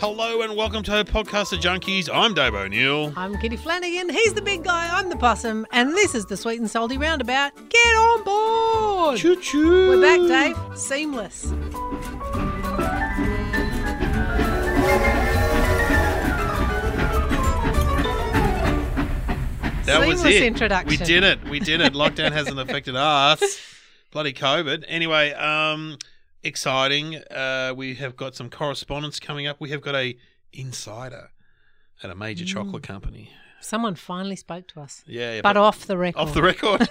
Hello and welcome to Podcast of Junkies. I'm Dave O'Neill. I'm Kitty Flanagan. He's the big guy. I'm the possum. And this is the Sweet and Salty Roundabout. Get on board. Choo choo. We're back, Dave. Seamless. That was Seamless it. introduction. We did it. We did it. Lockdown hasn't affected us. Bloody COVID. Anyway, um, exciting. Uh, we have got some correspondence coming up. We have got a insider at a major chocolate company. Someone finally spoke to us, Yeah, yeah, Mm. but off the record. off the record.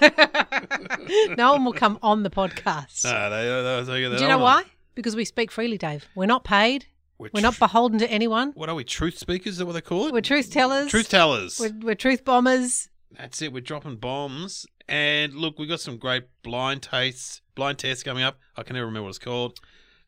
no one will come on the podcast. no, they, they, they, they Do you know why? Because we speak freely, Dave. We're not paid. We're, We're not tr- beholden to anyone. what are we? Truth speakers? Is that what they call it? We're truth tellers. truth tellers. We're, we're truth bombers. That's it. We're dropping bombs. And look, we've got some great blind tastes, blind tests coming up. I can never remember what it's called.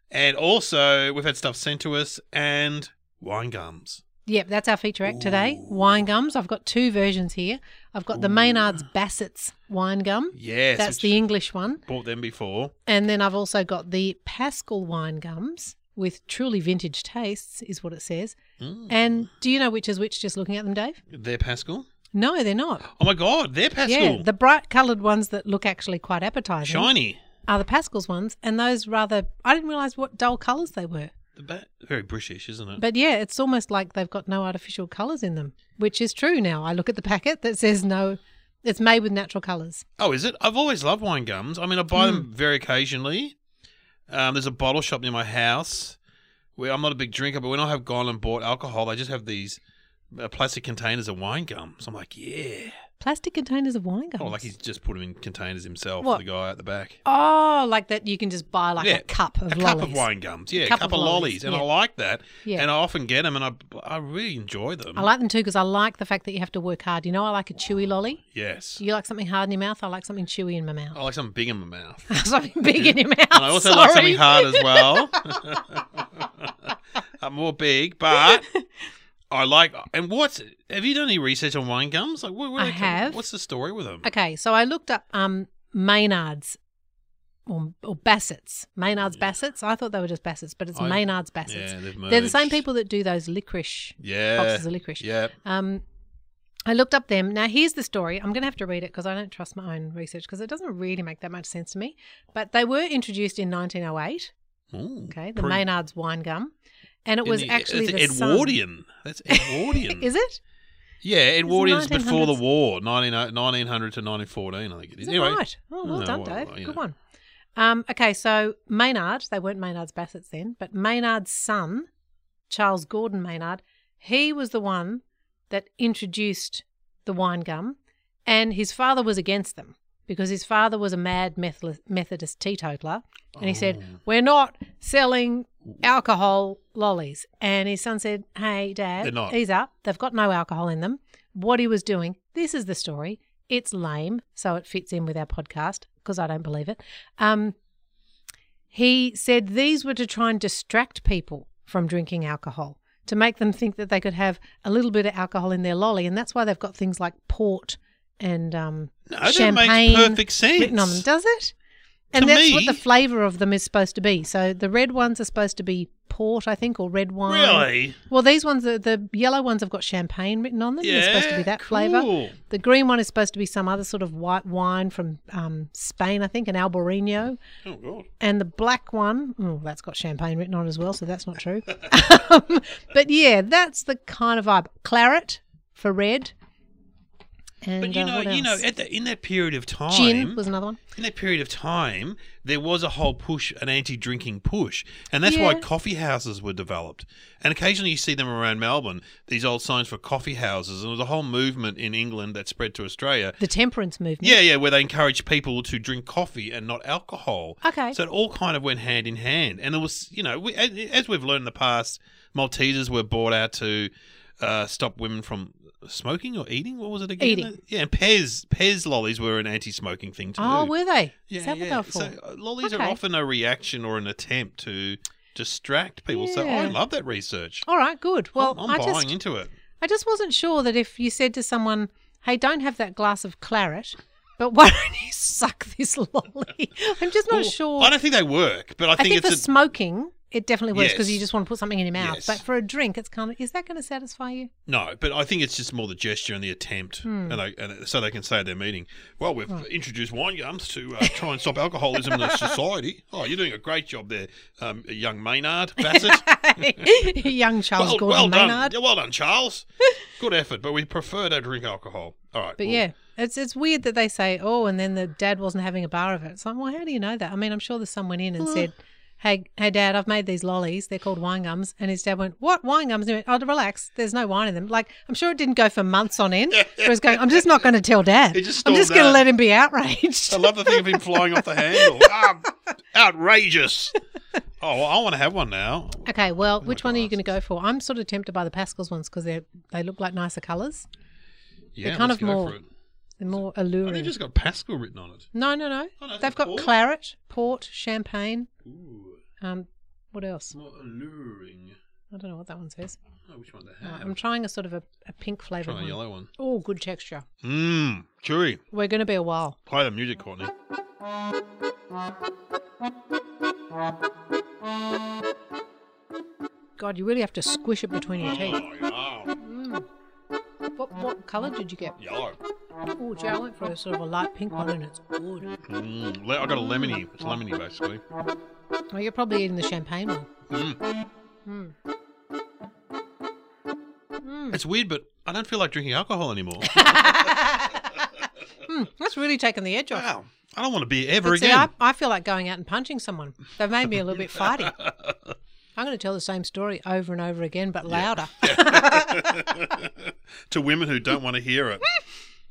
And also, we've had stuff sent to us and wine gums. Yep, that's our feature act today. Wine gums. I've got two versions here. I've got the Maynard's Bassett's wine gum. Yes. that's which the English one. Bought them before. And then I've also got the Pascal wine gums with truly vintage tastes, is what it says. Hmm. And do you know which is which just looking at them, Dave? Mm, They're Pascal. No, they're not. Oh my God, they're Pascal. Yeah, the bright coloured ones that look actually quite appetizing Shiny. are the Pascal's ones. And those rather, I didn't realise what dull colours they were. The ba- Very British, isn't it? But yeah, it's almost like they've got no artificial colours in them, which is true now. I look at the packet that says no, it's made with natural colours. Oh, is it? I've always loved wine gums. I mean, I buy Hmm. them very occasionally. Um, there's a bottle shop near my house. Where I'm not a big drinker, but when I have gone and bought alcohol, they just have these uh, plastic containers of wine gums. I'm like, yeah. Plastic containers of wine gums. Oh, like he's just put them in containers himself. What? The guy at the back. Oh, like that you can just buy like Yeah, a cup of a lollies. cup of wine gums. Yeah, a cup cup of of lollies, lollies, and yeah. I like that. Yeah. And I often get them, and I I really enjoy them. I like them too because I like the fact that you have to work hard. You know, I like a chewy lolly. yes. Do you like something hard in your mouth? I like something chewy in my mouth. I like something big in my mouth. something big in your mouth. Oh. And I also Sorry. like something hard as well. I'm more big, but I like. And what's have you done any research on wine gums? Like, what, what I have. What's the story with them? Okay, so I looked up um Maynard's or, or Bassett's. Maynard's Bassett's. I thought they were just Bassett's, but it's I- Maynard's Bassett's. yeah, they've They're the same merged. people that do those licorice. Yeah, Boxes of licorice. Yeah, Um, I looked up them. Now, here's the story. I'm going to have to read it because I don't trust my own research because it doesn't really make that much sense to me. But they were introduced in 1908, Ooh, okay, the pretty- Maynard's wine gum. And it in was the- uh, actually the it's son- Edwardian. That's Edwardian. Is it? yeah, Edwardian's before the 1900s. war, 19, 1900 to 1914, I think it is. Is it anyway, right? Oh, well no, done, well, Dave. well, you Good know. one. Um, okay, so Maynard, they weren't Maynard's Bassett's then, but Maynard's son, Charles Gordon Maynard, he was the one that introduced the wine gum, and his father was against them because his father was a mad Methli- Methodist teetotaler. And he said, Oh. We're not selling alcohol lollies. And his son said, Hey, Dad, They're not. ease up. They've got no alcohol in them. What he was doing, this is the story. It's lame, so it fits in with our podcast because I don't believe it. Um, he said these were to try and distract people from drinking alcohol, to make them think that they could have a little bit of alcohol in their lolly. And that's why they've got things like port and um, No, that makes champagne perfect sense. written on them, does it? And To that's what me- the flavour of them is supposed to be. So the red ones are supposed to be port, I think, or red wine. Really? Well, these ones, the, the yellow ones have got champagne written on them. Yeah. They're supposed to be that flavour. cool. The green one is supposed to be some other sort of white wine from um, Spain, I think, an Albarino. Oh, God. And the black one, oh, that's got champagne written on as well, so that's not true. um, but yeah, that's the kind of vibe. Claret for red. And But you uh, know, what you know, else? at the, in that period of time, gin was another one. in that period of time, there was a whole push, an anti-drinking push, and that's why Yeah. coffee houses were developed. And occasionally, you see them around Melbourne. These old signs for coffee houses, and there was a whole movement in England that spread to Australia. The temperance movement. Yeah, yeah, where they encourage people to drink coffee and not alcohol. Okay. So it all kind of went hand in hand, and there was, you know, we, as as we've learned in the past, Maltesers were bought out to uh, stop women from smoking or eating. What was it again? Eating. Yeah, and Pez Pez lollies were an anti-smoking thing too. oh, were they? yeah, Is that what yeah. they were for? So uh, lollies are Okay. often a reaction or an attempt to distract people. So Yeah. I love that research. All right, good. Well, I'm, i I'm buying just into it. I just wasn't sure that if you said to someone, "Hey, don't have that glass of claret," but why don't you suck this lolly? I'm just not Well, sure. I don't think they work, but I I think, think, for it's a, smoking, it definitely works because you Yes. just want to put something in your mouth. Yes. But for a drink, it's kind of is that going to satisfy you? No, but I think it's just more the gesture and the attempt, Hmm. and, they, and so they can say at their meeting, "Well, we've introduced wine gums to uh, try and stop alcoholism in the society." Oh, you're doing a great job there, um, young Maynard Bassett. Young Charles well, Gordon well done, Maynard. Yeah, well done, Charles. Good effort, but we prefer to drink alcohol. All right, But well, yeah, it's it's weird that they say, oh, and then the dad wasn't having a bar of it. It's like, well, how do you know that? I mean, I'm sure there's someone in and said, hey, hey, dad, I've made these lollies. They're called wine gums. And his dad went, what wine gums? And he went, oh, relax. There's no wine in them. Like, I'm sure it didn't go for months on end. It was going, I'm just not going to tell dad. He just I'm just stormed going to out. let him be outraged. I love the thing of him flying off the handle. Ah, outrageous! Oh, well, I want to have one now. okay, well, Oh which one are you going to go for? I'm sort of tempted by the Pascals ones because they they look like nicer colours. Yeah, kind let's go of more for it. They're more I think alluring. it's just got Pascal written on it. No, no, no. Oh, no, They've got port. claret, port, champagne. Ooh, Um, what else? more alluring. I don't know what that one says. Oh, which one they All right, have? I'm trying a sort of a, a pink flavour Trying one. a yellow one. Oh, good texture. Mmm, chewy. We're going to be a while. Play the music, Courtney. God, you really have to squish it between your teeth. Oh, yeah. Mm. What, what colour did you get? Yellow. Oh, gee, I went for a sort of a light pink one and it's good. Mm, le- I got a lemony. It's lemony, basically. Oh, you're probably eating the champagne one. Mm. Mm. Hmm. It's weird, but I don't feel like drinking alcohol anymore. Mm, that's really taken the edge off. wow. I don't want to be ever But see, I, again. I feel like going out and punching someone. They've made me a little bit fighty. I'm going to tell the same story over and over again, but louder. to women who don't want to hear it.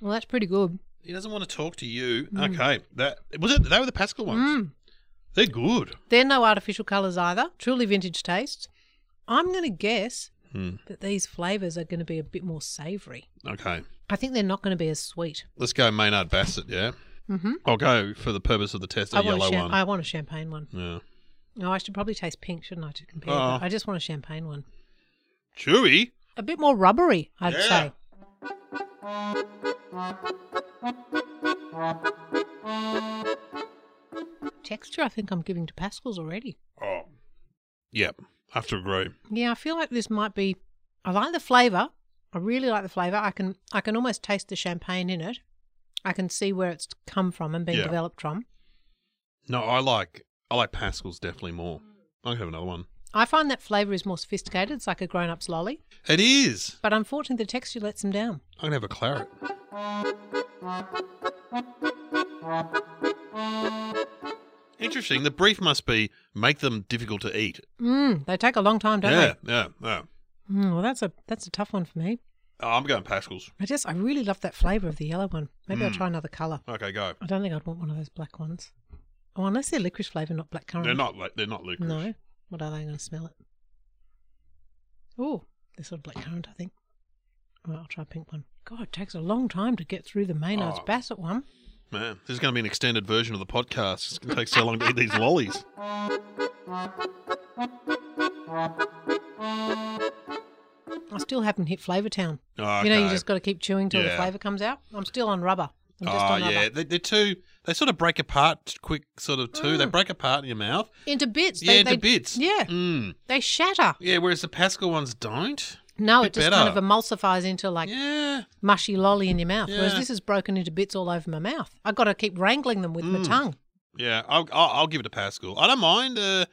well, that's pretty good. He doesn't want to talk to you. Hmm. Okay. That was it. They were the Pascal ones. They're good. They're no artificial colours either. Truly vintage tastes. I'm going to guess Hmm. that these flavours are going to be a bit more savoury. Okay. I think they're not going to be as sweet. Let's go Maynard Bassett, yeah? Mhm. I'll go, for the purpose of the test, a I want, yellow a cham- one. I want a champagne one. Yeah. No, I should probably taste pink, shouldn't I, to compare? Oh. that? I just want a champagne one. Chewy. A bit more rubbery, I'd Yeah. say. Texture, I think I'm giving to Pascal's already. Oh. Yep. Have to agree. Yeah, I feel like this might be. I like the flavour. I really like the flavour. I can I can almost taste the champagne in it. I can see where it's come from and been Yeah. developed from. No, I like I like Pascal's definitely more. I'll have another one. I find that flavour is more sophisticated. It's like a grown up's lolly, It is. but unfortunately, the texture lets them down. I'm gonna have a claret. Interesting. The brief must be make them difficult to eat. Mm, they take a long time, don't yeah, yeah, yeah. they? Mm, well, that's a that's a tough one for me. Oh, I'm going Pascal's. I just, I really love that flavour of the yellow one. Maybe I'll Mm. try another colour. Okay, go. I don't think I'd want one of those black ones. Oh, unless they're licorice flavour, not black currant. They're not. li- They're not licorice. No. What are they? I'm going to smell it. Oh, this sort of black currant, I think. All right, I'll try a pink one. God, it takes a long time to get through the Maynard's Oh. Bassett one. Man, this is going to be an extended version of the podcast. It's going to take so long to eat these lollies. I still haven't hit Flavour Town. Oh, You know, you okay. just got to keep chewing till the Yeah. flavour comes out. I'm still on rubber. I'm just oh on rubber. yeah, they, they're too. They sort of break apart quick, sort of too. Mm. They break apart in your mouth. Into bits. Yeah, They, into they, bits. Yeah, Mm. they shatter. Yeah, whereas the Pascal ones don't. No, Bit it just kind better. of emulsifies into like yeah. mushy lolly in your mouth. Whereas Yeah. this is broken into bits all over my mouth. I've got to keep wrangling them with my Mm. tongue. Yeah, I'll, I'll, I'll give it to Pascal. I don't mind uh,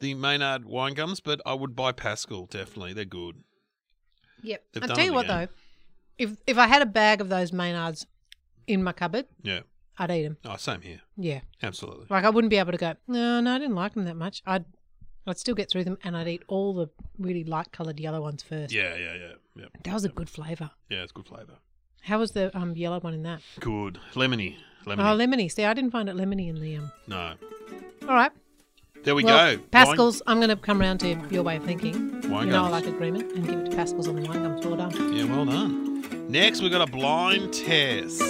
the Maynard wine gums, but I would buy Pascal definitely. They're good. Yep. They've I done tell it you what again. though, if if I had a bag of those Maynards in my cupboard, Yeah. I'd eat them. Oh, same here. Yeah. Absolutely. Like I wouldn't be able to go. No, no, I didn't like them that much. I'd I'd still get through them, and I'd eat all the really light coloured yellow ones first. Yeah, yeah, yeah, yeah. That was a good flavour. Yeah, it's good flavour. How was the um yellow one in that? Good lemony, lemony. Oh, lemony. See, I didn't find it lemony in the um. no, All right. there we well, go. Pascal's. I'm going to come round to your way of thinking. Wine you know, I gums. like agreement, and give it to Pascal's on the wine gums. Well done. Wine- yeah, well done. Next, we got a blind test.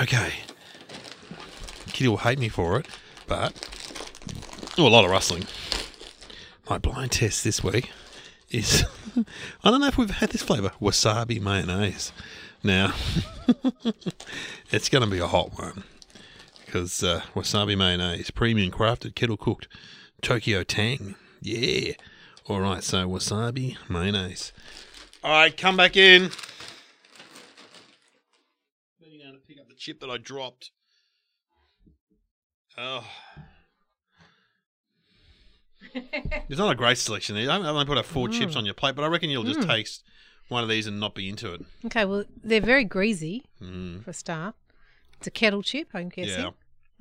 Okay. Kitty will hate me for it, but Oh, a lot of rustling. My blind test this week is I don't know if we've had this flavour wasabi mayonnaise. Now, it's going to be a hot one because uh, wasabi mayonnaise, premium crafted, kettle cooked, Tokyo Tang. Yeah. All right, so wasabi mayonnaise. All right, come back in. Bending down to pick up the chip that I dropped. Oh. It's not a great selection. I only put out four Mm. chips on your plate, but I reckon you'll just taste one of these and not be into it. Okay. Well, they're very greasy Mm. for a start. It's a kettle chip. I'm guessing.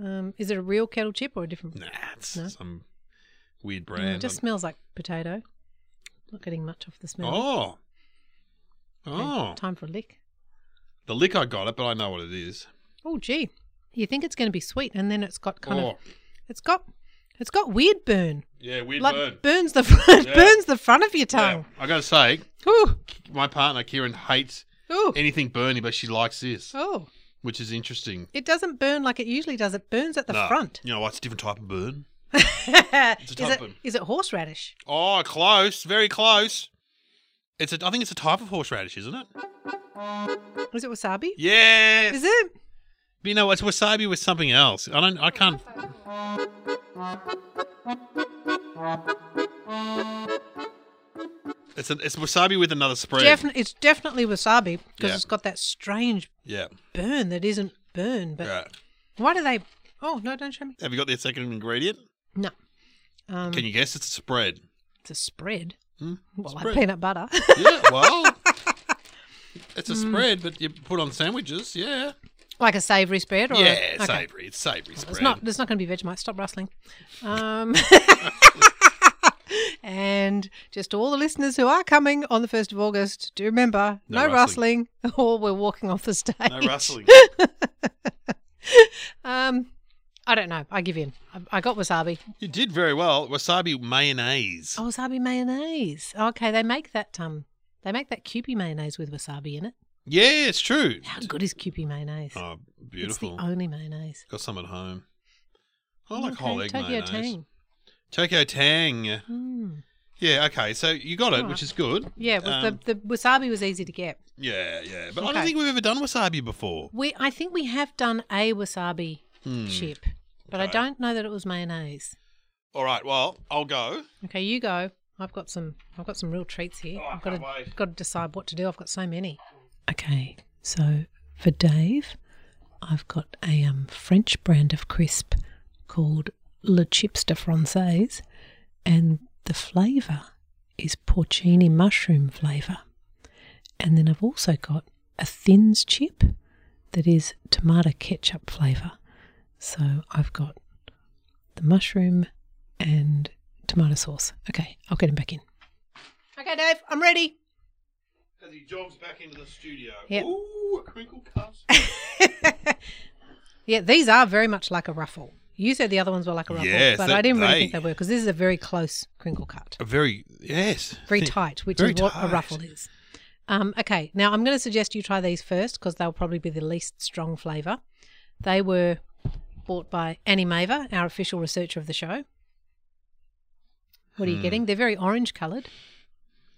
Um, is it a real kettle chip or a different? Nah, it's No? some weird Mm, brand. it just smells like potato. Not getting much off the smell. oh. Okay, Oh. Time for a lick. The lick I got it, but I know what it is. Oh, gee. You think it's going to be sweet, and then it's got kind oh. of it's got it's got weird burn. yeah, weird like bird. burns the front, Yeah. burns the front of your Yeah. tongue. I got to say, Ooh, my partner Kieran hates ooh, anything burning, but she likes this, oh! which is interesting. It doesn't burn like it usually does. It burns at the Nah. front. You know what? It's a different type of burn. is, type it, of- is it horseradish? Oh, close. Very close. It's a, I think it's a type of horseradish, isn't it? Is it wasabi? Yes. Is it? But you know, what, it's wasabi with something else. I don't. I can't. It's a, it's wasabi with another spread. Defin- it's definitely wasabi because Yeah. it's got that strange yeah. burn that isn't burn. But Right. why do they? Oh no! Don't show me. Have you got the second ingredient? No. Um, Can you guess? It's a spread. It's a spread. Hmm? Well, Spread. like peanut butter. yeah. Well, it's a Hmm. spread, but you put on sandwiches. Yeah. like a savoury spread, or a- yeah. okay. Savory. It's savory spread. It's not. There's not going to be Vegemite. Stop rustling. Um, and just to all the listeners who are coming on the first of August, do remember No no, rustling. rustling. or we're walking off the stage. No rustling. Um, I don't know. I give in. I, I got wasabi. you did very well. Wasabi mayonnaise. Oh, wasabi mayonnaise. Okay, they make that. Um, they make that Kewpie mayonnaise with wasabi in it. Yeah, it's true. How good is Kewpie mayonnaise? Oh, beautiful. It's the only mayonnaise. Got some at home. I like Okay, whole egg Tokyo mayonnaise. Tang. Tokyo Tang. Mm. Yeah, okay. So you got it, Alright. which is good. Yeah, it was Um, the, the wasabi was easy to get. Yeah, yeah. But I don't Okay. think we've ever done wasabi before. We, I think we have done a wasabi Hmm. chip, but I Okay. don't know that it was mayonnaise. All right, well, I'll go. Okay, you go. I've got some. I've got some real treats here. Oh, I I've got can't to wait. got to decide what to do. I've got so many. Okay, so for Dave, I've got a um, French brand of crisp called Le Chips de Française, and the flavour is porcini mushroom flavour. And then I've also got a thins chip that is tomato ketchup flavour. So I've got the mushroom and tomato sauce. Okay, I'll get him back in. Okay, Dave, I'm ready. As he jogs back into the studio. Yep. Ooh, a crinkle cut. yeah, these are very much like a ruffle. You said the other ones were like a ruffle, Yes, but they- I didn't really they- think they were because this is a very close crinkle cut, A very yes. very Think- tight, which very is what tight. a ruffle is. Um, okay, now I'm going to suggest you try these first because they'll probably be the least strong flavour. They were bought by Annie Maver, our official researcher of the show. What Hmm. are you getting? They're very orange coloured.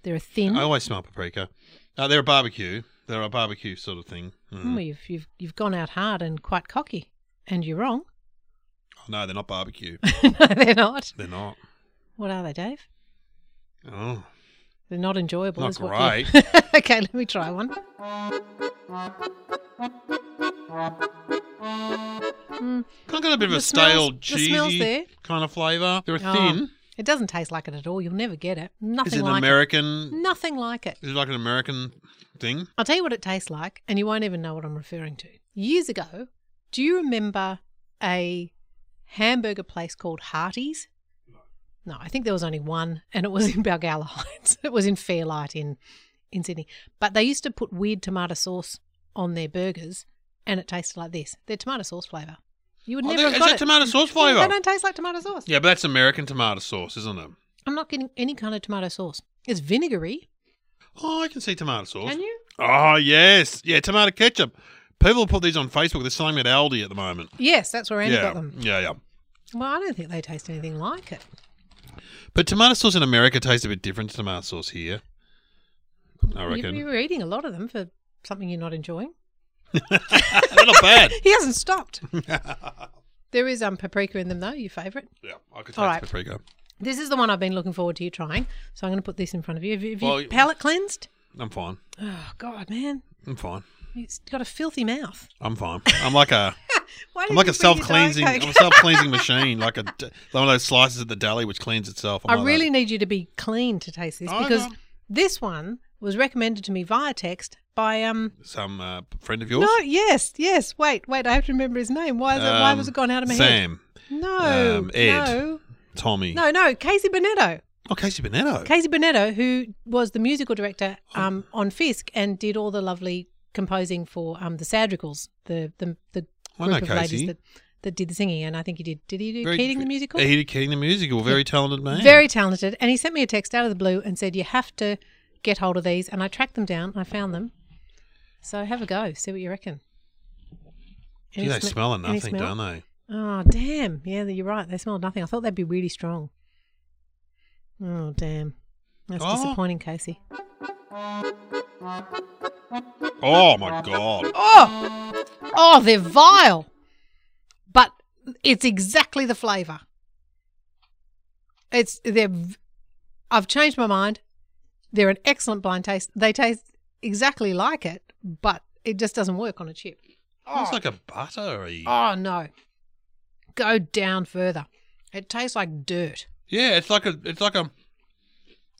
They're a thin. I always smell paprika. Uh, they're a barbecue. They're a barbecue sort of thing. Mm. Hmm, you've, you've you've gone out hard and quite cocky, and you're wrong. Oh, no, they're not barbecue. no, they're not. they're not. What are they, Dave? Oh. They're not enjoyable. Not is what you- okay, let me try one. Mm, Kind of got a bit of The a smells- stale, the smells cheesy there. kind of flavour. They're Oh, thin. it doesn't taste like it at all. You'll never get it. Is Nothing it an like it. American? Nothing like it. Is it like an American thing? I'll tell you what it tastes like, and you won't even know what I'm referring to. Years ago, do you remember a hamburger place called Hearty's? No, I think there was only one, and it was in Balgala Heights. It was in Fairlight in in Sydney. But they used to put weird tomato sauce on their burgers, and it tasted like this. They're tomato sauce flavour. You would Oh, never they- have is got that it. tomato sauce Yeah, flavour? They don't taste like tomato sauce. Yeah, but that's American tomato sauce, isn't it? I'm not getting any kind of tomato sauce. It's vinegary. Oh, I can see tomato sauce. Can you? Oh, yes. Yeah, tomato ketchup. People put these on Facebook. They're selling them at Aldi at the moment. Yes, that's where Andy yeah. got them. Yeah, yeah. Well, I don't think they taste anything like it. But tomato sauce in America tastes a bit different to tomato sauce here. I You, reckon. you were eating a lot of them for something you're not enjoying. They're not bad. He hasn't stopped. yeah, There is um paprika in them though, your favourite. I could taste All right. paprika. This is the one I've been looking forward to you trying. So I'm going to put this in front of you. Have you, have you Well, you- palate cleansed? I'm fine. Oh God, man, I'm fine. it's got a filthy mouth. I'm fine. I'm like a Why I'm did like a you bring your self cleansing Diet I'm Coke? a self cleansing machine, like a d- one of those slices at the deli which cleans itself. I'm I like really need you to be clean to taste this I because know. this one was recommended to me via text by um. that. some uh, friend of yours. No, yes, yes. Wait, wait. I have to remember his name. Why is it? Why Um, was it gone out of my head? Sam, No, um, Ed. no, Tommy. no, no. Casey Bonetto. Oh, Casey Bonetto. Casey Bonetto, who was the musical director um, on Fisk and did all the lovely composing for um, the Sadricals, the the, the I group know of Casey. ladies that, that did the singing. And I think he did. Did he do Keating the musical? He did Keating the musical. Very talented man. Very talented. And he sent me a text out of the blue and said, "You have to get hold of these." And I tracked them down. I found them. So have a go. See what you reckon. Do they sm- smell of any nothing, smell? don't they? Oh damn! Yeah, you're right. They smelled nothing. I thought they'd be really strong. Oh damn! That's Oh. disappointing, Casey. Oh my god. Oh, oh, they're vile. But it's exactly the flavour. It's they're. v- I've changed my mind. They're an excellent blind taste. They taste exactly like it, but it just doesn't work on a chip. It's like a buttery. Oh no! Go down further. It tastes like dirt. Yeah, it's like a it's like a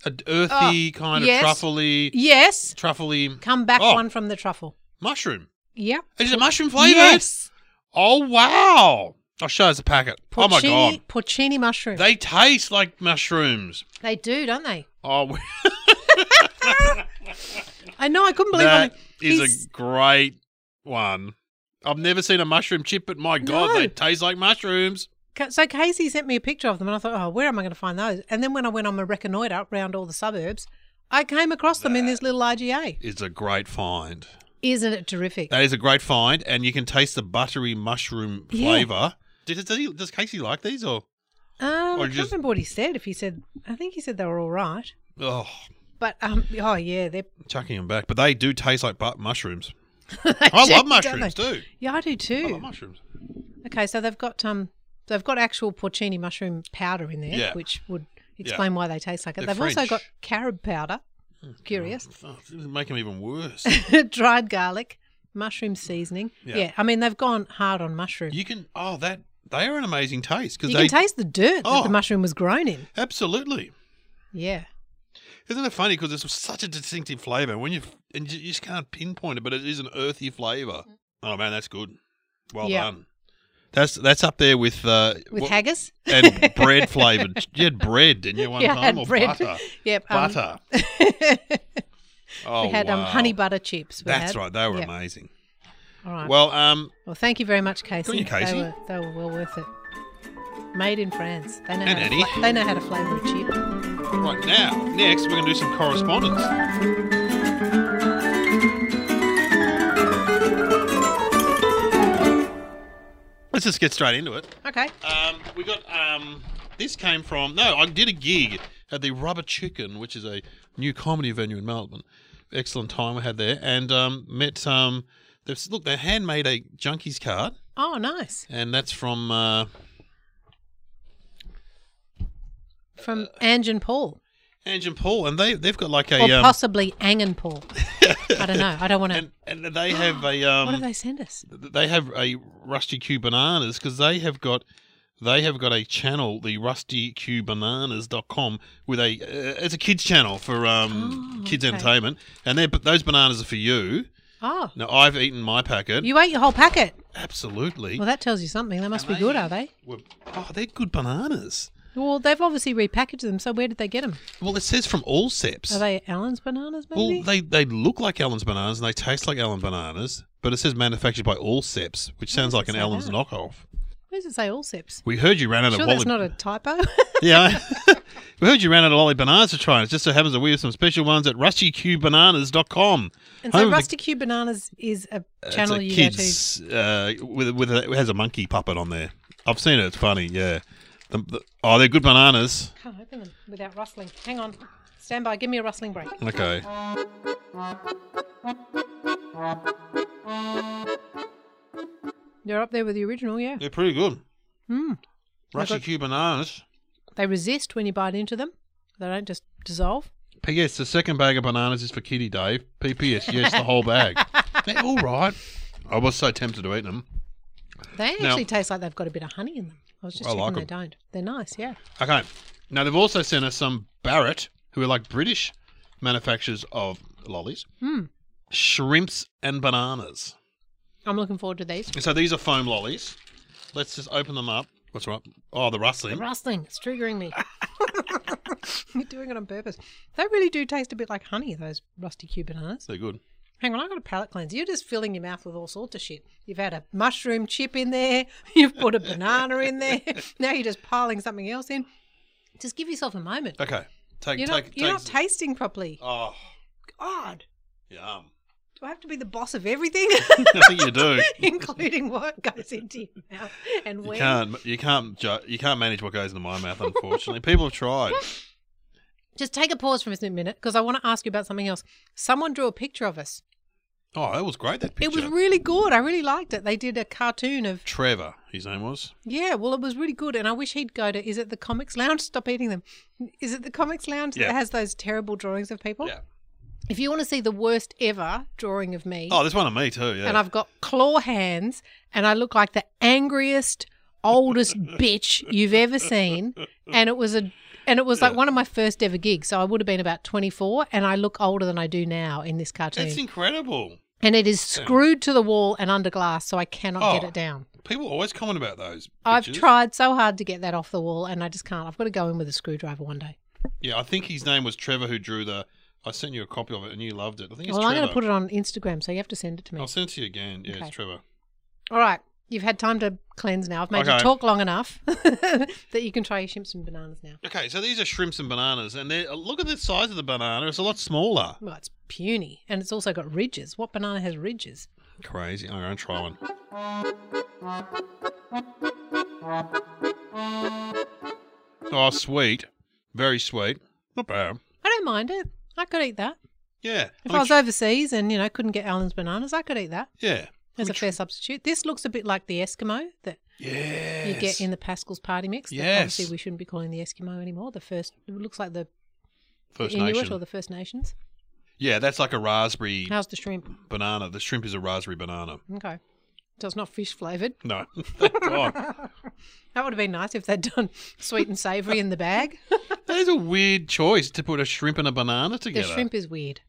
a earthy kind of Oh, yes. truffly Yes. truffly Come back Oh. one from the truffle. mushroom. Yep. Is it mushroom flavour? Yes. Oh wow! I'll show us a packet. oh my Porcini- god, Porcini mushroom. They, they taste like mushrooms. do, don't they? Oh, we- I know. I couldn't believe that I, is he's- a great one. I've never seen a mushroom chip, but my god, No. they taste like mushrooms. Ca- So Casey sent me a picture of them, and I thought, oh, where am I going to find those? And then when I went on my reconnoitre around all the suburbs, I came across them in this little IGA. It's a great find. Isn't it terrific? That is a great find, and you can taste the buttery mushroom Yeah. flavour. Does, does, he, does Casey like these or? Um, I Or can't just- remember what he said. If he said, I think he said they were all right. Oh, But um, oh yeah, they're. chucking them back, but they do taste like but mushrooms. they I do, love don't mushrooms they? too. Yeah, I do I too. love mushrooms. Okay, so they've got um, they've got actual porcini mushroom powder in there, Yeah. which would explain why they taste like it. They're they've also French. got carob powder, curious, Oh, this is making them even worse. dried garlic, mushroom seasoning. Yeah. Yeah. I mean they've gone hard on mushroom. You can oh that They are an amazing taste because You they can taste the dirt that Oh. the mushroom was grown in. absolutely. Yeah. Isn't it funny because it's such a distinctive flavor when you and you you just can't pinpoint it, but it is an earthy flavor. Oh man, that's good. Well Mm-hmm. Yeah. done. That's that's up there with uh, With what- haggis. and bread flavored. You had bread, didn't you? One Yeah, I time had or bread. butter. Yep. um, butter. Oh, we had um, wow. honey butter chips. We That's had. right. They were Yep. amazing. All right. Well, Well, um, thank you very much, Casey. on you, Casey. They, were, they were well worth it. Made in France. They know, And how, to Eddie. fla- they know how to flavour a chip. right now, next we're going to do some correspondence. Let's just get straight into it. Okay. Um, we got um, this came from no, I did a gig at the Rubber Chicken, which is a new comedy venue in Melbourne. Excellent time I had there, and um, met um, they've, look they handmade a junkies card, Oh, nice. and that's from uh, From Uh, Ange and Paul. Ange and Paul, and they they've got like Or a um, possibly Ang and Paul. I don't know. I don't want to. and, and they have a what um, did they send us? they have a Rusty Q bananas because they have got. They have got a channel, the rustyqbananas.com, with a uh, it's a kids channel for um, Oh, kids okay. entertainment, and they those bananas are for you. Oh, Now I've eaten my packet. you ate your whole packet. Absolutely. Well, that tells you something. They must be And good, are they? were- oh, they're good bananas. Well, they've obviously repackaged them. So where did they get them? Well, it says from all seps. Are they Allen's bananas? Maybe. well, they they look like Allen's bananas and they taste like Allen bananas, but it says manufactured by all seps, which sounds does like it an say Allen's that? knockoff. Where does it say all sips? We heard you ran out Sure, of Wally. that's not a typo. yeah. we heard you ran out of Lolly Bananas to try. and It just so happens that we have some special ones at rustyqbananas.com. Home of and so, the- Uh, Rusty Q Bananas is a It's a channel you kids, uh, with with a, it has a monkey puppet on there. I've seen it. It's funny. Yeah. The, the, oh, they're good bananas. go to. Can't open them without rustling. Hang on. Stand by. Give me a rustling break. Okay. They're up there with the original, yeah. They're pretty good. Mm. Rushy got- Q bananas. They resist when you bite into them. They don't just dissolve. P.S. The second bag of bananas is for Kitty Dave. P.P.S. Yes, the whole bag. They're all right. I was so tempted to eat them. They No. actually taste like they've got a bit of honey in them. I was just I checking like they 'em. don't. They're nice, yeah. Okay. Now they've also sent us some Barrett, who are like British manufacturers of lollies, Mm. shrimps and bananas. I'm looking forward to these. And so these are foam lollies. Let's just open them up. What's right? Oh, the The rustling. rustling, it's triggering me. You're doing it on purpose. They really do taste a bit like honey, those rusty Q bananas. They're good. Hang on, I've got a palate cleanser. You're just filling your mouth with all sorts of shit. You've had a mushroom chip in there. You've put a banana in there. Now you're just piling something else in. Just give yourself a moment. Okay. Take, You're take, not, you're not take- tasting properly. oh, God, yum. do I have to be the boss of everything, I think you do. including what goes into your mouth and You when? can't, you can't, ju- you can't manage what goes into my mouth. Unfortunately, people have tried. Just take a pause for a minute because I want to ask you about something else. Someone drew a picture of us. Oh, that was great. That picture. It was really good. I really liked it. They did a cartoon of Trevor. His name was. yeah. Well, it was really good, and I wish he'd go to. Is it the Comics Lounge? Stop eating them. Is it the Comics Lounge Yeah. that has those terrible drawings of people? Yeah. If you want to see the worst ever drawing of me, Oh, there's one of me too. Yeah. and I've got claw hands, and I look like the angriest, oldest bitch you've ever seen, and it was a. And it was like one of my first ever gigs, so I would have been about 24, and I look older than I do now in this cartoon. That's incredible. and it is screwed to the wall and under glass, so I cannot get Oh. it down. People always comment about those. I've pictures. tried so hard to get that off the wall, and I just can't. I've got to go in with a screwdriver one day. Yeah, I think his name was Trevor who drew the. I sent you a copy of it and you loved it. I think it's Well, I'm Trevor. going to put it on Instagram, so you have to send it to me. I'll send it to you again. Yeah, Okay. it's Trevor. All right, you've had time to cleanse now. I've made you Okay. talk long enough that you can try your shrimps and bananas now. Okay, so these are shrimps and bananas, and they are look at the size of the banana. It's a lot smaller. Well, it's puny, and it's also got ridges. What banana has ridges? Crazy. I'm going to try one. Oh, sweet. Very sweet. Not bad. I don't mind it. I could eat that. Yeah. If mean, I was overseas and you know couldn't get Allen's bananas, I could eat that yeah. as a Which- fair substitute. This looks a bit like the Eskimo that Yes. you get in the Pascal's party mix. that Yes. Obviously, we shouldn't be calling the Eskimo anymore. The first, it looks like the First Inuit Nation. or the First Nations. Yeah, that's like a raspberry How's the shrimp? banana. The shrimp is a raspberry banana. Okay. So it's not fish flavored. No, thank God. That would have been nice if they'd done sweet and savory in the bag. That is a weird choice to put a shrimp and a banana The together. shrimp is weird.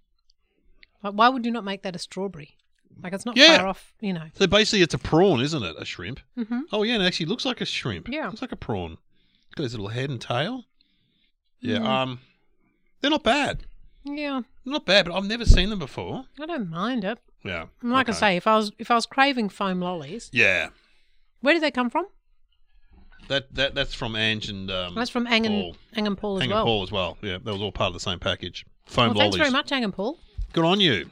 Like, why would you not make that a strawberry? Like it's not Yeah. far off, you know. So basically, it's a prawn, isn't it? A shrimp. Mm-hmm. Oh yeah, and it actually looks like a shrimp. Yeah. looks like a prawn. Got his little head and tail. Yeah. Mm. Um, they're not bad. Yeah, They're not bad, but I've never seen them before. I don't mind it. Yeah. And Like okay. I say, if I was if I was craving foam lollies, Yeah. where do they come from? That that that's from Ange and um. That's from Ang and Paul. Ang and Paul as Hang well. and Paul as well. Yeah, that was all part of the same package. Foam well, lollies. thanks very much, Ang and Paul. Good on you.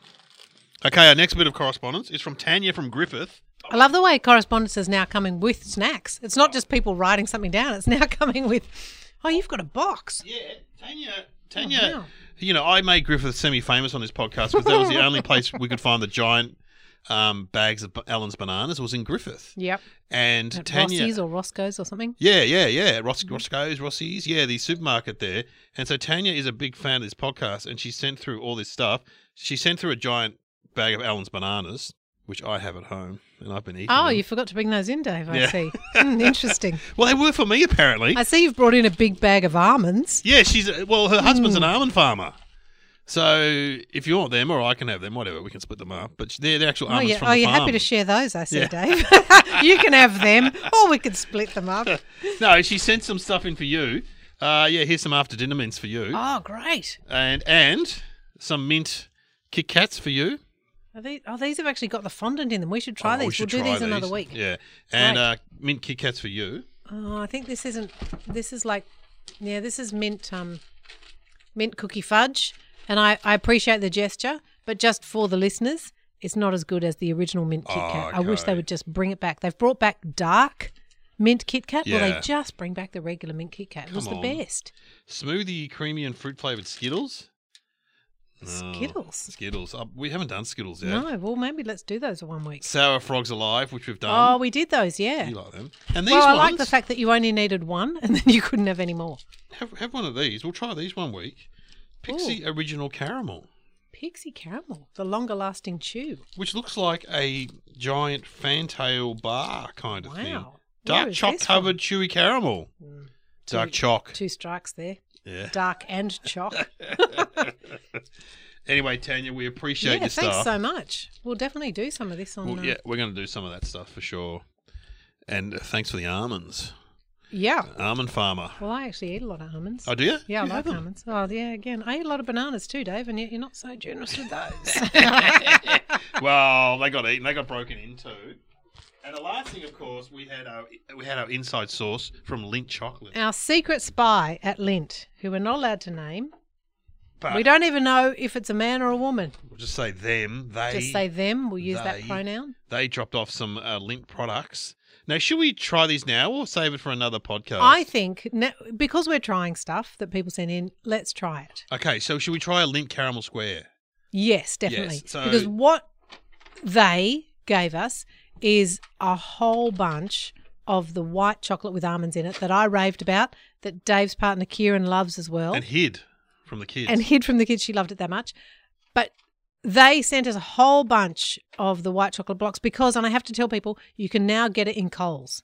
Okay, our next bit of correspondence is from Tanya from Griffith. I love the way correspondence is now coming with snacks. It's not just people writing something down. It's now coming with, oh, you've got a box. Yeah, Tanya. Tanya, Oh, wow. you know, I made Griffith semi-famous on this podcast because that was the only place we could find the giant um, bags of Ellen's bananas was in Griffith. Yep. And At Tanya, Rossi's or Mm-hmm. Roscoe's or something. Yeah, yeah, yeah. Ros- Roscoe's, Rossi's, yeah, the supermarket there. And so Tanya is a big fan of this podcast, and she sent through all this stuff. She sent through a giant bag of Allen's bananas, which I have at home, and I've been eating. Oh, them. you forgot to bring those in, Dave. I Yeah. see. Hmm, interesting. well, they were for me apparently. I see you've brought in a big bag of almonds. Yeah, she's well, her husband's Hmm. an almond farmer. So if you want them, or I can have them, whatever, we can split them up. But they're the actual Oh, almonds yeah. from oh the you're farm. happy to share those, I see, Yeah. Dave. you can have them, or we could split them up. no, she sent some stuff in for you. Uh, yeah, here's some after dinner mints for you, Oh, great. and and some mint Kit Kats for you. Are these, oh, these have actually got the fondant in them. We should try Oh, these. we We will should do try these, another week. Yeah, and Right. uh, mint Kit Kats for you. Oh, I think this isn't. This is like, yeah, this is mint, um, mint cookie fudge, and I, I appreciate the gesture, but just for the listeners, it's not as good as the original mint Kit Kat. I wish they Okay. would just bring it back. They've brought back dark mint Kit Kat. Well, Yeah. they just bring back the regular mint Kit Kat. It was Come the on. best. Smoothie, creamy, and fruit flavored Skittles. No. Skittles. Skittles. Uh, we haven't done Skittles yet. No, well, maybe let's do those in one week. Sour frogs alive, which we've Oh, done. we did those, yeah. you like them? And these Well, I ones. like the fact that you only needed one, and then you couldn't have any more. have, have one of these. We'll try these one week. Pixie original caramel, Pixie caramel, the longer lasting chew. which looks like a giant fantail bar kind of thing. Wow. Where Dark is choc this from? covered chewy caramel. Dark Two- choc. Two strikes there. Yeah. Dark and chalk. Anyway, Tanya, we appreciate yeah, your thanks stuff. so much. We'll definitely do some of this on. Well, uh, yeah, we're going to do some of that stuff for sure. And uh, thanks for the almonds. yeah. Almond farmer. Well, I actually eat a lot of almonds. Oh, do you? yeah, I You like have them. almonds. Oh, yeah, again, I eat a lot of bananas too, Dave, and yet you're not so generous with those. Well, they got eaten. They got broken into. And the last thing, of course, we had our we had our inside source from Lint Chocolate. Our secret spy at Lint, who we're not allowed to name. But We don't even know if it's a man or a woman. We'll just say them. They Just say them. We'll use that they- pronoun. they dropped off some uh, Lint products. Now, should we try these now or save it for another podcast? I think na- because we're trying stuff that people send in, let's try it. okay, so should we try a Lint caramel square? Yes, definitely. so- Because what they gave us is a whole bunch of the white chocolate with almonds in it that I raved about, that Dave's partner Kieran loves as well, And and, hid from the kids. hid from the kids. She loved it that much. But they sent us a whole bunch of the white chocolate blocks because, and I have to tell people, you can now get it in Coles.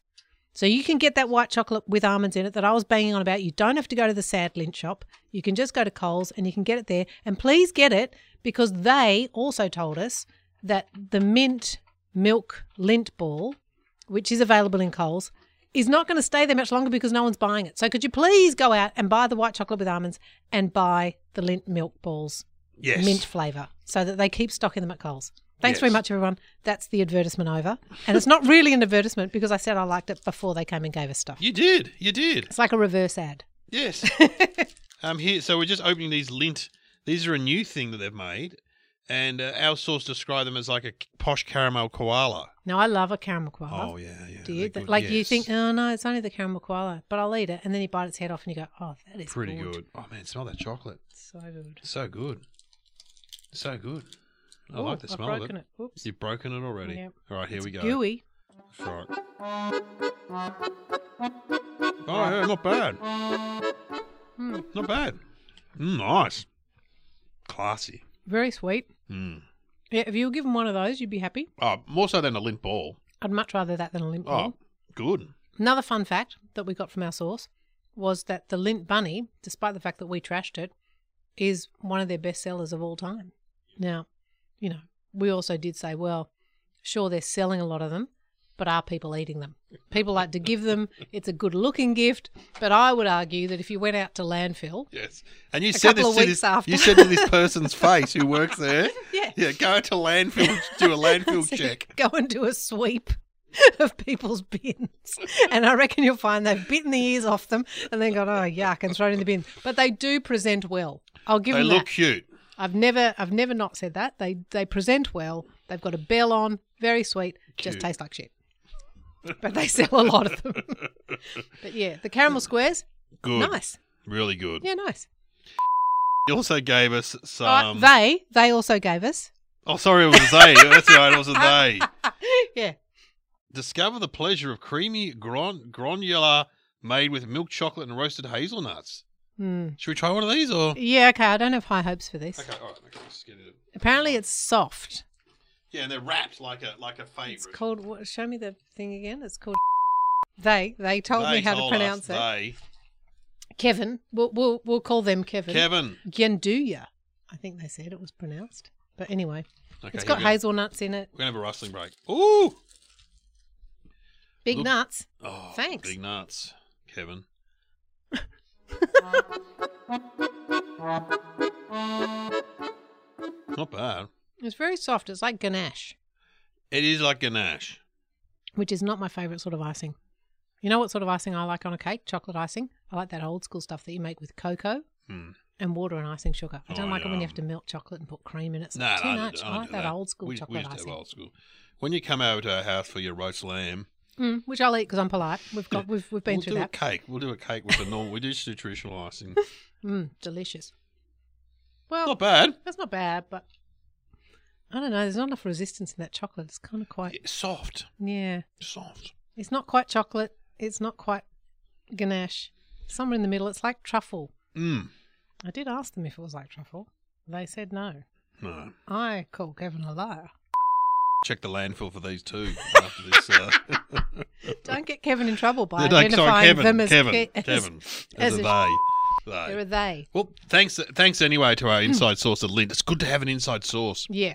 So you can get that white chocolate with almonds in it that I was banging on about. You don't have to go to the Sad Lint shop. You can just go to Coles and you can get it there. And please get it because they also told us that the mint milk lint ball, which is available in Coles, is not going to stay there much longer because no one's buying it. So could you please go out and buy the white chocolate with almonds and buy the lint milk balls, yes. mint flavour, so that they keep stocking them at Coles. Thanks Yes. very much, everyone. That's the advertisement over. And it's not really an advertisement because I said I liked it before they came and gave us stuff. You did. You did. It's like a reverse ad. Yes. um, here, so we're just opening these lint. These are a new thing that they've made, and uh, our source described them as like a k- posh caramel koala. Now, I love a caramel koala. Oh yeah, yeah. Do they're you? good, like you yes. think, oh no, it's only the caramel koala, but I'll eat it, and then you bite its head off, and you go, oh, that is pretty good. good. Oh man, smell that chocolate. So good. So good. So good. I Ooh, like the I've smell of it. broken it. Oops. You've broken it already. Yep. All right, here we go. Gooey. That's right. Oh yeah, not bad. Mm. Not bad. Mm, nice. Classy. Very sweet. Mm. Yeah, if you were given one of those, you'd be happy. Oh, more so than a lint ball. I'd much rather that than a lint ball. Oh, good. Another fun fact that we got from our source was that the lint bunny, despite the fact that we trashed it, is one of their best sellers of all time. Now, you know, we also did say, well, sure they're selling a lot of them, but are people eating them? People like to give them. It's a good-looking gift, but I would argue that if you went out to landfill, Yes. And you A said this couple to of weeks this. after. You said to this person's face who works there. yeah, Yeah, go to landfill, do a landfill So check. Go and do a sweep of people's bins. And I reckon you'll find they've bitten the ears off them and then gone, oh, yuck, and thrown in the bin. But they do present well. I'll give They them look that. cute. I've never, I've never not said that. They, they present well. They've got a bell on, very sweet, just Cute. tastes like shit. But they sell a lot of them. but yeah, the caramel squares, Good. nice. Really good. Yeah, nice. You also gave us some. All right, they, they also gave us. oh, sorry, it was they. That's right, it was they. yeah, Discover the pleasure of creamy gran- granola made with milk chocolate and roasted hazelnuts. Hmm. Should we try one of these or? yeah. Okay, I don't have high hopes for this. Okay, all right. Okay, let's get it. Apparently, it's soft. Yeah, and they're wrapped like a like a favorite. It's called. What, show me the thing again. It's called. They they told me how to pronounce it. They. Kevin. We'll, we'll we'll call them Kevin. Kevin. Genduya. I think they said it was pronounced. But anyway, Okay, it's here got we go. hazelnuts in it. We're gonna have a rustling break. Ooh. Big Look- nuts. Oh, Thanks. Big nuts, Kevin. Not bad. It's very soft. It's like ganache, It is like ganache. which is not my favorite sort of icing. You know what sort of icing I like on a cake? Chocolate icing. I like that old school stuff that you make with cocoa Hmm. and water and icing sugar. I don't Oh, like it when you yeah. have to melt chocolate and put cream in it. It's No, no, too I don't- much. I I, don't like do that, that. old school We, we chocolate used to have icing. old school. When you come over to our house for your roast lamb, Mm, which I'll eat because I'm polite. We've got we've we've been we'll through do that. a cake. We'll do a cake with the normal. we just do traditional icing. Mm, delicious. Well, Not bad. that's not bad, but I don't know. There's not enough resistance in that chocolate. It's kind of quite It's soft, yeah. soft. It's not quite chocolate. It's not quite ganache. Somewhere in the middle. It's like truffle. Mm. I did ask them if it was like truffle. They said no. No. I call Kevin a liar. Check the landfill for these two after this. Uh, Don't get Kevin in trouble by no, no, identifying sorry, Kevin, them as Kevin, Ke- as- Kevin, as as, a- a they. They're They. a they. Well, thanks, thanks anyway to Hmm. our inside source at Lint. It's good to have an inside source Yeah.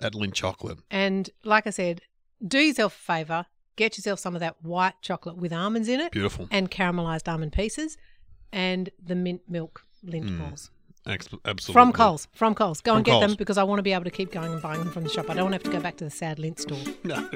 at Lint Chocolate. And like I said, do yourself a favor, get yourself some of that white chocolate with almonds in it Beautiful, and caramelized almond pieces and the mint milk lint balls Ex- absolutely. from Coles. From Coles. Go Mm, From and get them Coles. because I want to be able to keep going and buying them from the shop. I don't want to have to go back to the sad lint store. No.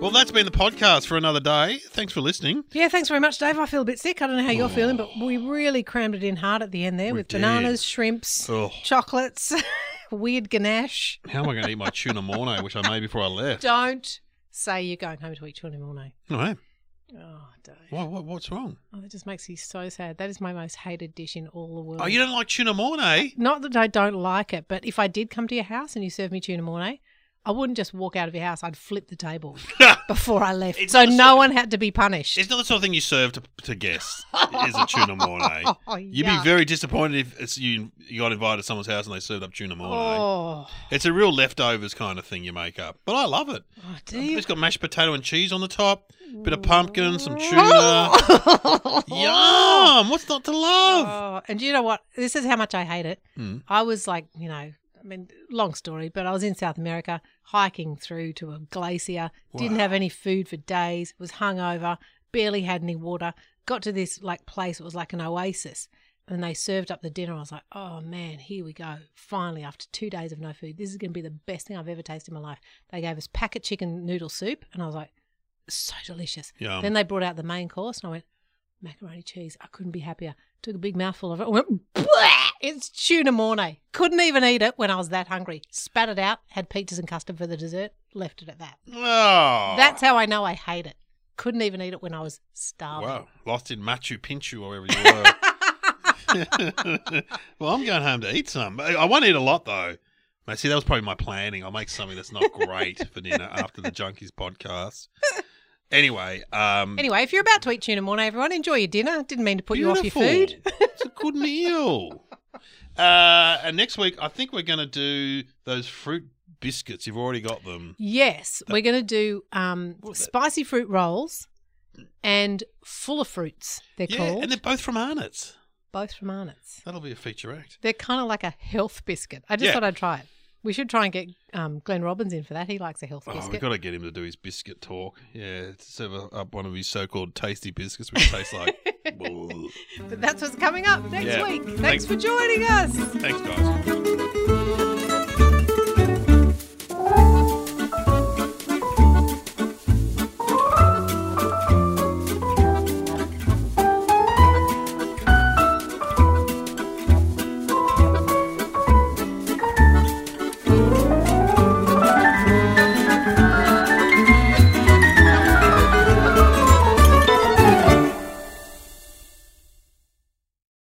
Well, that's been the podcast for another day. Thanks for listening. Yeah, thanks very much, Dave. I feel a bit sick. I don't know how you're feeling, but we really crammed it in hard at the end there Oh. We with did. bananas, shrimps, Ugh. chocolates, weird ganache. How am I going to eat my tuna mornay, which I made before I left? Don't say you're going home to eat chili mornay. No, eh? Oh, Dave. What, what, what's wrong? Oh, that just makes me so sad. That is my most hated dish in all the world. Oh, you don't like tuna eh? mornay? Not that I don't like it, but if I did come to your house and you served me tuna mornay, I wouldn't just walk out of your house. I'd flip the table before I left. It's so not the no sort- one had to be punished. It's not the sort of thing you serve to, to guests. Is a tuna mornay? Oh, You'd yuck. be very disappointed if it's you you got invited to someone's house and they served up tuna eh? mornay. Oh, It's a real leftovers kind of thing you make up, but I love it. oh dear. It's got mashed potato and cheese on the top, bit of pumpkin, some tuna. Oh. Yum! What's not to love? Oh, and you know what? This is how much I hate it. Hmm. I was like, you know, I mean, long story, but I was in South America hiking through to a glacier, didn't Wow. have any food for days, was hungover, barely had any water. Got to this like place, it was like an oasis, and they served up the dinner. I was like, oh man, here we go. Finally, after two days of no food, this is going to be the best thing I've ever tasted in my life. They gave us packet chicken noodle soup, and I was like, so delicious. Yum. Then they brought out the main course, and I went, macaroni cheese. I couldn't be happier. Took a big mouthful of it. and Went, "Bleh!" it's tuna mornay. Couldn't even eat it when I was that hungry. Spat it out. Had pizzas and custard for the dessert. Left it at that. Oh, That's how I know I hate it. Couldn't even eat it when I was starving. wow. Lost in Machu Picchu or wherever you were. well, I'm going home to eat some. I I won't eat a lot though. Mate, see, that was probably my planning. I'll make something that's not great for dinner after the Junkies podcast. Anyway, um, Anyway, if you're about to eat tuna mornay, everyone, enjoy your dinner. Didn't mean to put you off your food. it's a good meal. Uh, and next week, I think we're going to do those fruit biscuits. You've already got them. Yes, we're going to do um, Uh, What was that? spicy fruit rolls and full of fruits. They're yeah, called and they're both from Arnott's. both from Arnott's. That'll be a feature act. They're kind of like a health biscuit. I just Yeah. thought I'd try it. We should try and get um, Glenn Robbins in for that. He likes a health Oh, biscuit. we've got to get him to do his biscuit talk. Yeah, serve up one of his so-called tasty biscuits, which taste like. Bleh. But that's what's coming up next Yeah. week. Thanks. Thanks for joining us. Thanks, guys.